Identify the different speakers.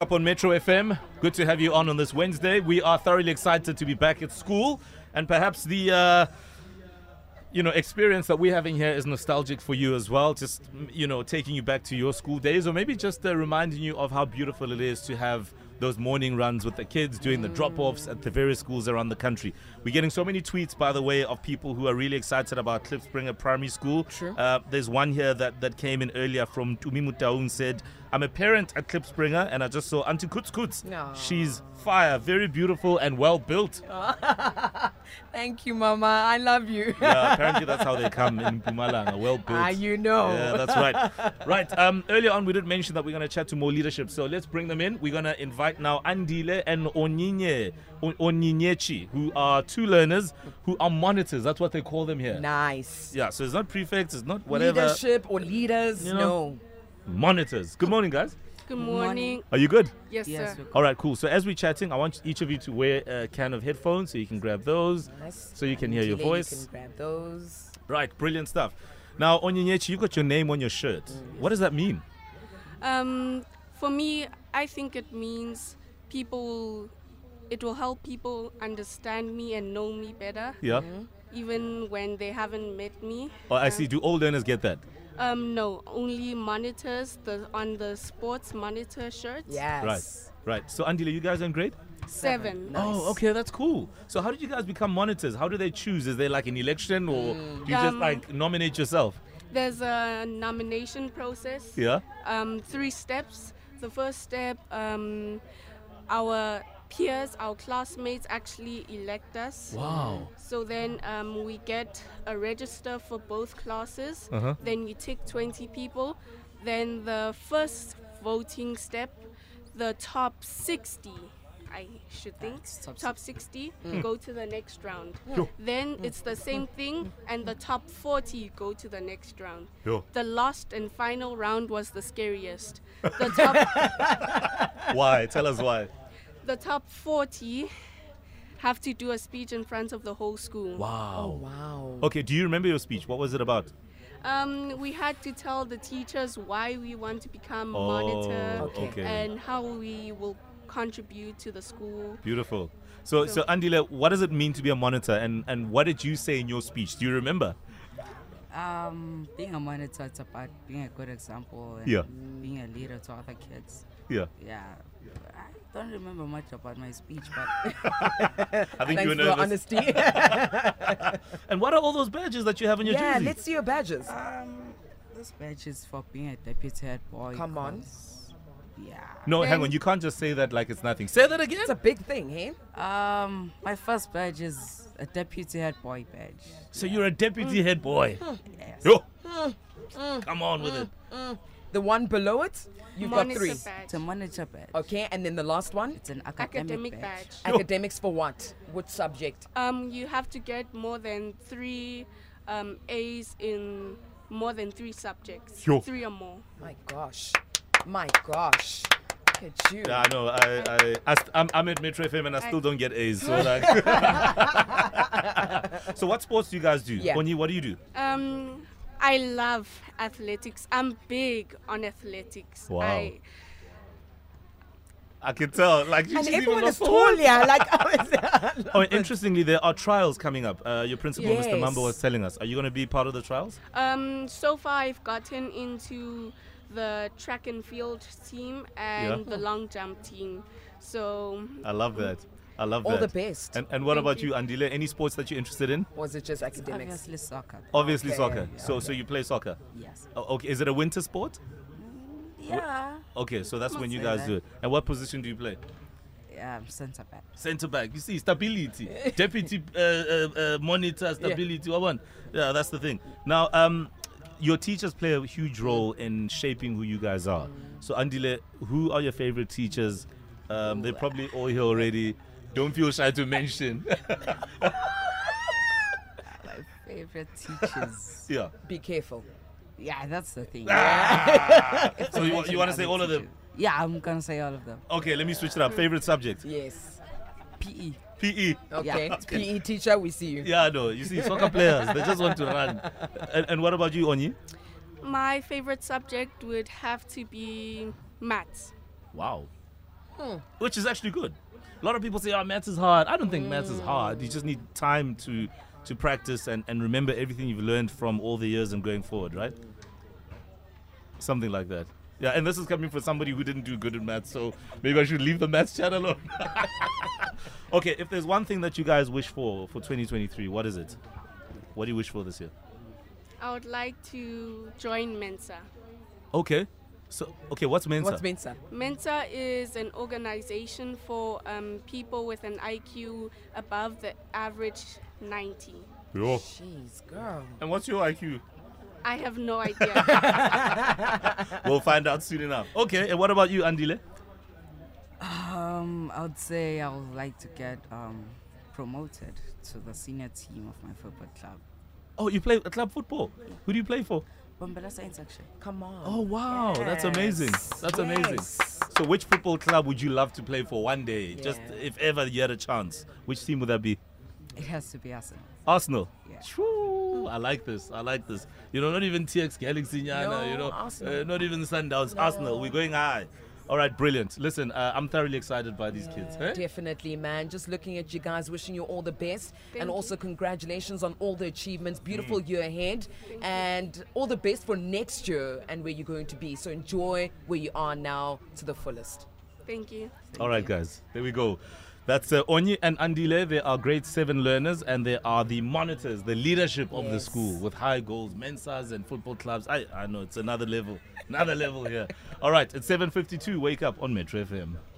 Speaker 1: up on Metro FM. Good to have you on on this Wednesday. We are thoroughly excited to be back at school, and perhaps the uh, you know experience that we're having here is nostalgic for you as well. Just m- you know, taking you back to your school days, or maybe just uh, reminding you of how beautiful it is to have those morning runs with the kids, doing the drop-offs at the various schools around the country. We're getting so many tweets, by the way, of people who are really excited about Clipspringer Primary School.
Speaker 2: True.
Speaker 1: Uh, there's one here that, that came in earlier from Tumimu Taung said, I'm a parent at Clipspringer and I just saw Auntie Kutz Kutz.
Speaker 2: No. Oh.
Speaker 1: She's fire, very beautiful and well built.
Speaker 2: Thank you, Mama. I love you.
Speaker 1: Yeah, apparently that's how they come in Pumalanga, well built.
Speaker 2: Ah, you know.
Speaker 1: Yeah, that's right. Right. Um, earlier on, we did mention that we're going to chat to more leadership. So let's bring them in. We're going to invite now Andile and Onyinye, O- Onyinyechi, who are two learners who are monitors. That's what they call them here.
Speaker 2: Nice.
Speaker 1: Yeah, so it's not prefects, it's not whatever.
Speaker 2: Leadership or leaders?
Speaker 1: You know.
Speaker 2: No.
Speaker 1: Monitors. Good morning, guys.
Speaker 3: Good
Speaker 2: morning.
Speaker 3: morning.
Speaker 1: Are you good?
Speaker 3: Yes,
Speaker 2: Yes.
Speaker 3: sir.
Speaker 1: All right, cool. So as we're chatting, I want each of you to wear a can of headphones so you can grab those.
Speaker 2: Nice.
Speaker 1: So you can hear your
Speaker 2: Lady
Speaker 1: voice.
Speaker 2: can grab those.
Speaker 1: Right, brilliant stuff. Now, Onyenyechi, you got your name on your shirt.
Speaker 2: Mm.
Speaker 1: What does that mean?
Speaker 3: Um, for me, I think it means people. It will help people understand me and know me better,
Speaker 1: Yeah.
Speaker 2: Mm-hmm.
Speaker 3: even when they haven't met me.
Speaker 1: Oh, I see. Do all learners get that?
Speaker 3: Um, no, only monitors the on the sports monitor shirts.
Speaker 2: Yes.
Speaker 1: Right, right. So, Andile, you guys are in grade?
Speaker 3: seven.
Speaker 2: Nice.
Speaker 1: Oh, okay, that's cool. So, how did you guys become monitors? How do they choose? Is there like an election or
Speaker 2: Mm.
Speaker 1: do you just
Speaker 3: Um,
Speaker 1: like nominate yourself?
Speaker 3: There's a nomination process.
Speaker 1: Yeah.
Speaker 3: um, three steps. The first step, um, our peers, our classmates actually elect us.
Speaker 1: Wow.
Speaker 3: So then um, we get a register for both classes.
Speaker 1: Uh-huh.
Speaker 3: Then you take 20 people. Then the first voting step, the top 60, I should think,
Speaker 2: Nice, top
Speaker 3: top, 60 go to the next round.
Speaker 1: Yo.
Speaker 3: Then it's the same thing, and the top 40 go to the next round.
Speaker 1: Yo.
Speaker 3: The last and final round was the scariest. The top,
Speaker 1: Why? Tell us why.
Speaker 3: the top 40 have to do a speech in front of the whole school.
Speaker 2: Oh,
Speaker 1: Wow.
Speaker 2: wow.
Speaker 1: Okay, do you remember your speech? What was it about?
Speaker 3: Um, we had to tell the teachers why we want to become
Speaker 1: Oh,
Speaker 3: monitor
Speaker 2: Okay.
Speaker 1: okay.
Speaker 3: and how we will contribute to the school.
Speaker 1: Beautiful. So, so Andile, what does it mean to be a monitor, and and what did you say in your speech? Do you remember?
Speaker 4: Um, being a monitor, it's about being a good example and
Speaker 1: Yeah.
Speaker 4: being a leader to other kids.
Speaker 1: Yeah,
Speaker 4: Yeah. I don't remember much about my speech, but
Speaker 1: I think you
Speaker 2: Thanks
Speaker 1: were
Speaker 2: for
Speaker 1: nervous.
Speaker 2: your honesty.
Speaker 1: And what are all those badges that you have on your
Speaker 2: yeah,
Speaker 1: jersey?
Speaker 2: let's see your badges.
Speaker 4: um, this badge is for being a deputy head boy.
Speaker 2: Come on.
Speaker 4: 'cause- Yeah.
Speaker 1: no, hang
Speaker 3: Then-
Speaker 1: on. You can't just say that like it's nothing. Say that again.
Speaker 2: It's a big thing, hey?
Speaker 4: Um, my first badge is a deputy head boy badge.
Speaker 1: So you're a
Speaker 2: Mm.
Speaker 1: deputy head boy.
Speaker 4: Yes.
Speaker 1: Yo. Come on
Speaker 2: Mm.
Speaker 1: with it.
Speaker 2: The one below it, you've
Speaker 3: monitor
Speaker 2: got three.
Speaker 3: badge.
Speaker 4: It's a monitor badge.
Speaker 2: Okay, and then the last one,
Speaker 4: It's an academic,
Speaker 3: Academic badge.
Speaker 2: academics for what? Which subject?
Speaker 3: Um, you have to get more than three um, A's in more than three subjects,
Speaker 1: Yo.
Speaker 3: three or more.
Speaker 2: My gosh. My gosh. Look at you.
Speaker 1: Yeah, I know. I, I, I st- I'm, I'm at Metro FM and I still don't get A's. So like. so what sports do you guys do?
Speaker 2: Yeah.
Speaker 1: Onyi, what do you do?
Speaker 3: Um, I love athletics. I'm big on athletics.
Speaker 1: Wow.
Speaker 3: I,
Speaker 1: I can tell. Like you
Speaker 2: and
Speaker 1: just even
Speaker 2: everyone
Speaker 1: got
Speaker 2: is
Speaker 1: forward.
Speaker 2: tall, yeah. Like, how is that?
Speaker 1: Oh, and interestingly, there are trials coming up. Uh, your principal, Mr. Mambo,
Speaker 2: Yes.
Speaker 1: was telling us. Are you going to be part of the trials?
Speaker 3: um, so far I've gotten into the track and field team and the long jump team. So
Speaker 1: I love that. I love
Speaker 2: All
Speaker 1: that.
Speaker 2: the best.
Speaker 1: And, and what
Speaker 3: Thank
Speaker 1: about you.
Speaker 3: you.
Speaker 1: Andile? Any sports that you're interested in?
Speaker 2: Was it just academics?
Speaker 4: Obviously soccer.
Speaker 1: Obviously
Speaker 2: Okay.
Speaker 1: soccer. So, so you play soccer.
Speaker 4: Yes.
Speaker 1: O- okay. Is it a winter sport?
Speaker 4: Yeah.
Speaker 1: Okay. So that's when you
Speaker 4: say
Speaker 1: guys
Speaker 4: that.
Speaker 1: do it. And what position do you play?
Speaker 4: Yeah, I'm centre back.
Speaker 1: Centre back. You see stability. Deputy uh, uh, uh, monitor stability. What one? Yeah, that's the thing. Now, um, your teachers play a huge role in shaping who you guys are. So Andile, who are your favorite teachers? Um, they're probably all here already. Don't feel shy to mention.
Speaker 4: My favorite teachers.
Speaker 1: yeah.
Speaker 2: Be careful.
Speaker 4: yeah, that's the thing.
Speaker 1: So you, you want to say all of them?
Speaker 4: Yeah, I'm gonna say all of them.
Speaker 1: Okay, let me switch it up. Favorite subject?
Speaker 2: Yes.
Speaker 4: PE.
Speaker 1: PE.
Speaker 2: Okay.
Speaker 4: Yeah.
Speaker 2: PE teacher, we see you.
Speaker 1: Yeah, no. You see, soccer players, they just want to run. And, and what about you, Onyi?
Speaker 3: my favorite subject would have to be maths.
Speaker 1: Wow.
Speaker 2: Hmm.
Speaker 1: which is actually good. A lot of people say, "Oh, maths is hard." I don't think maths is hard. You just need time to to practice and, and remember everything you've learned from all the years and going forward, right? Something like that. Yeah, and this is coming from somebody who didn't do good in maths, so maybe I should leave the maths chat alone. okay, if there's one thing that you guys wish for for 2023, what is it? What do you wish for this year?
Speaker 3: I would like to join Mensa.
Speaker 1: Okay, so okay, what's Mensa?
Speaker 2: What's Mensa?
Speaker 3: Mensa is an organization for um, people with an IQ above the average 90.
Speaker 2: Jeez, girl.
Speaker 1: And what's your IQ?
Speaker 3: I have no idea.
Speaker 1: We'll find out soon enough. Okay, and what about you, Andile?
Speaker 4: Um, I would say I would like to get um, promoted to the senior team of my football club.
Speaker 1: Oh, you play club football. Who do you play for?
Speaker 4: Bombela Science Action.
Speaker 2: Come on.
Speaker 1: Oh wow, that's amazing.
Speaker 2: Yes.
Speaker 1: That's amazing.
Speaker 2: Yes.
Speaker 1: So, which football club would you love to play for one day? Just
Speaker 2: Yeah.
Speaker 1: if ever you had a chance, which team would that be?
Speaker 4: It has to be Arsenal.
Speaker 1: Arsenal.
Speaker 4: Yeah.
Speaker 1: True. I like this. I like this. You know, not even TX Galaxy, Nyana,
Speaker 2: No,
Speaker 1: you know,
Speaker 2: Arsenal.
Speaker 1: Uh, not even Sundowns. Arsenal. We're going high. All right, brilliant. Listen, uh, I'm thoroughly excited by these kids. eh?
Speaker 2: Definitely, man. Just looking at you guys, wishing you all the best. and
Speaker 3: you.
Speaker 2: also, congratulations on all the
Speaker 1: Mm.
Speaker 2: achievements. Beautiful year ahead. and all the best for next year and where you're going to be. So, enjoy where you are now to the fullest.
Speaker 3: Thank you.
Speaker 1: All right, guys. There we go. That's uh, Onyi and Andile. They are grade seven learners and they are the monitors, the leadership of the
Speaker 2: Yes.
Speaker 1: school with high goals, mensas and football clubs. I, I know it's another level, another level here. All right, it's 7.52. Wake up on Metro FM.